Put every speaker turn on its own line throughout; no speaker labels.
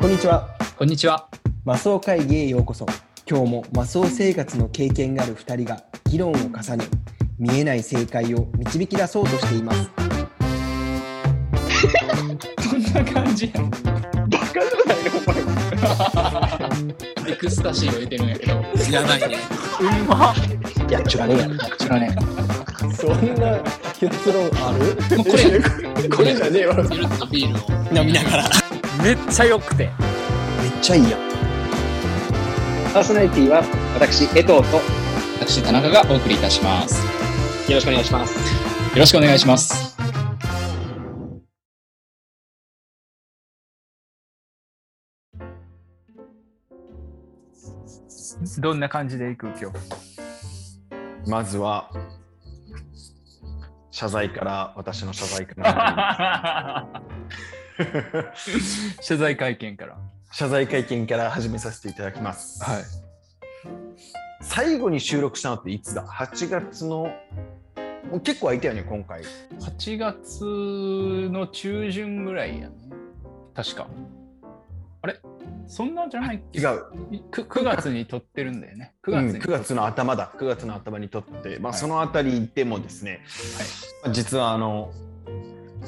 こんにちは。
こんにちは。
マスオ会議へようこそ。今日もマスオ生活の経験がある2人が議論を重ね、見えない正解を導き出そうとしています。
こんな感じやん。エクスタシーを入れてるんやけど。
いらないね。
やっちゅらねや。
知らね
そんな結論ある
もうこれ、これ
じゃねえわ。
ゆるっとビールを。
飲みながら。めっちゃ良くて。
めっちゃいいやん。
パーソナリティは私、江藤とよ
私、田中がお送りいたします。よ
ろしくお願いします。
ろしくお願いします。
どんな感じで行く今日。
まずは謝罪から私の謝 罪から
謝罪会見から。
謝罪会見から始めさせていただきます、
はい。
最後に収録したのっていつだ8月のもう結構空いたよね今回
8月の中旬ぐらいやね。確か。あれそんなんじゃないっけ
違う、
く ?9 月に撮ってるんだよね。9
う
月
ん、
に。
9月の頭だ9月の頭にとって、まあ
はい
そのあたりでもですね、まあ実はあの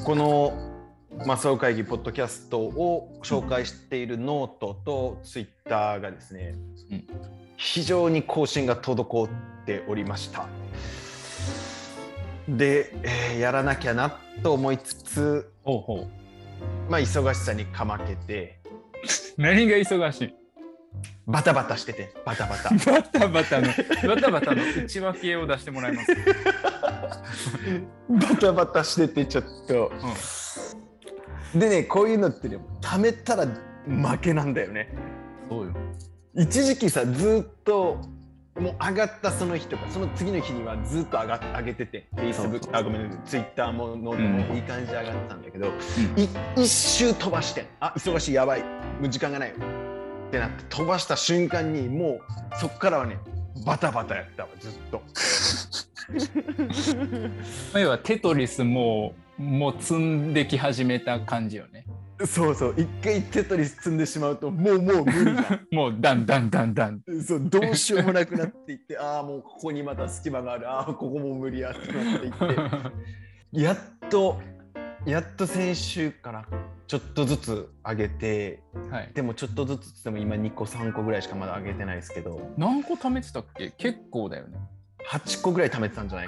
この「マスオ会議」ポッドキャストを紹介しているノートとツイッターがですね、
うん
非常に更新が滞っておりました。で、えーやらなきゃなと思いつつ、
ほうほ
まあ、忙しさにかまけて
う。何が忙しい
バタバタしててバタバタ
バタバタの、バタバタの内訳を出してもらいます。
バタバタしててちょっと。
うん
でねこういうのってね貯めたら負けなんだよね
そうよ。
一時期さずーっともう上がったその日とかその次の日にはずーっと上が上げてて Facebook あごめんツイッターもノート
う
も
ん
いい感じで上がってたんだけど、い一周飛ばしてあ忙しいやばいもう時間がないってなって飛ばした瞬間にもうそこからはねバタバタやったわずっと
要はテトリスももう積んでき始めた感じよね。
そうそう一回テトリス積んでしまうともうもう無理だ
もうだんだんだんだ ん。
そうどうしようもなくなっていってああもうここにまた隙間があるああここも無理やってなっていってやっとやっと先週からちょっとずつ上げて
はい。
でもちょっとずつっつっても今2個3個ぐらいしかまだ上げてないですけど
何個貯めてたっけ結構だよね。
8個ぐらい貯めてたんじゃない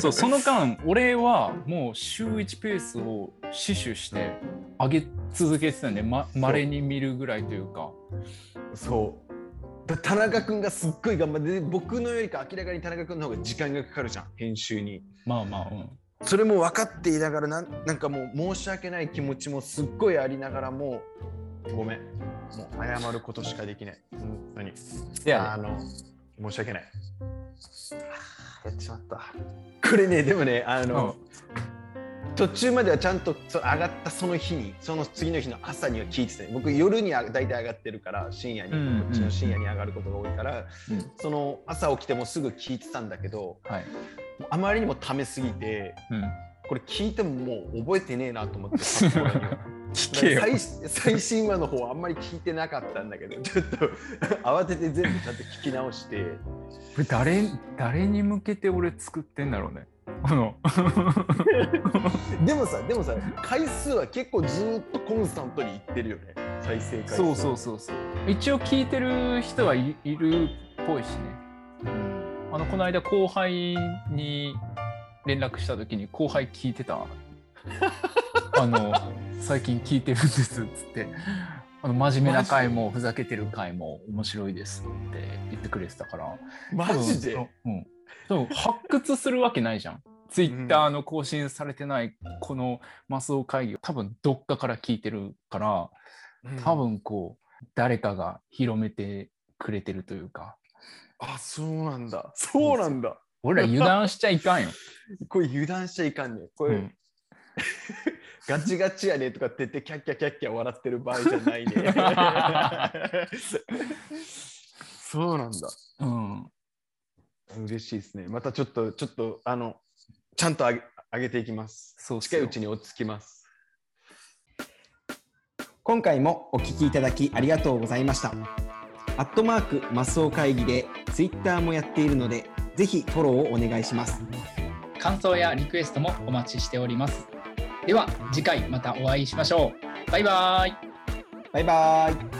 そうその間俺はもう週1ペースを死守して上げ続けてたんでまれに見るぐらいというか。
そうだ田中君がすっごい頑張ってで僕のよりか明らかに田中君の方が時間がかかるじゃん編集に
まあまあうん。
それも分かっていながらなんなんかもう申し訳ない気持ちもすっごいありながらもごめんもう謝ることしかできない本当に
い
あの申し訳ないあーやってしまったこれねでもねあの、途中まではちゃんとそ上がったその日にその次の日の朝には聞いてたね僕夜にあ大体上がってるから深夜に、
うんうん
こっちの深夜に上がることが多いから、
うん
その朝起きてもすぐ聞いてたんだけど
はい。
もうあまりにもためすぎて
うん。
これ聞いてももう覚えてねえなと思って札幌には
聞けよ。
最最新話の方はあんまり聞いてなかったんだけど ちょっと慌てて全部ちゃんと聞き直して
これ誰誰に向けて俺作ってんだろうね。この
でもさでもさ回数は結構ずーっとコンスタントにいってるよね再生回数
そうそうそうそう。一応聞いてる人はい、いるっぽいしね。あのこの間後輩に連絡した時に後輩聞いてた。あの最近聞いてるんですっつって。あの真面目な回もふざけてる回も面白いですって言ってくれてたから
マジで
多分うん、多分発掘するわけないじゃんツイッターの更新されてないこのマスオ会議を多分どっかから聞いてるから、多分こう誰かが広めてくれてるというか
あそうなんだそうなんだ
俺ら油断しちゃいかんよ。
これ油断しちゃいかんねこれ、
うん
ガチガチやねとかって言ってキャッキャキャッキャ笑ってる場合じゃないね そうなんだ
うん、
嬉しいですね。またちょっと、ちょっと、あの、ちゃんと上げ上げていきます。
そうっす
近い
よ
うちに落ち着きます。
今回もお聞きいただきありがとうございました。アットマークマスオ会議でツイッターもやっているので、ぜひフォローをお願いします。
感想やリクエストもお待ちしております。では次回またお会いしましょう。バイバイ。
バイバイ。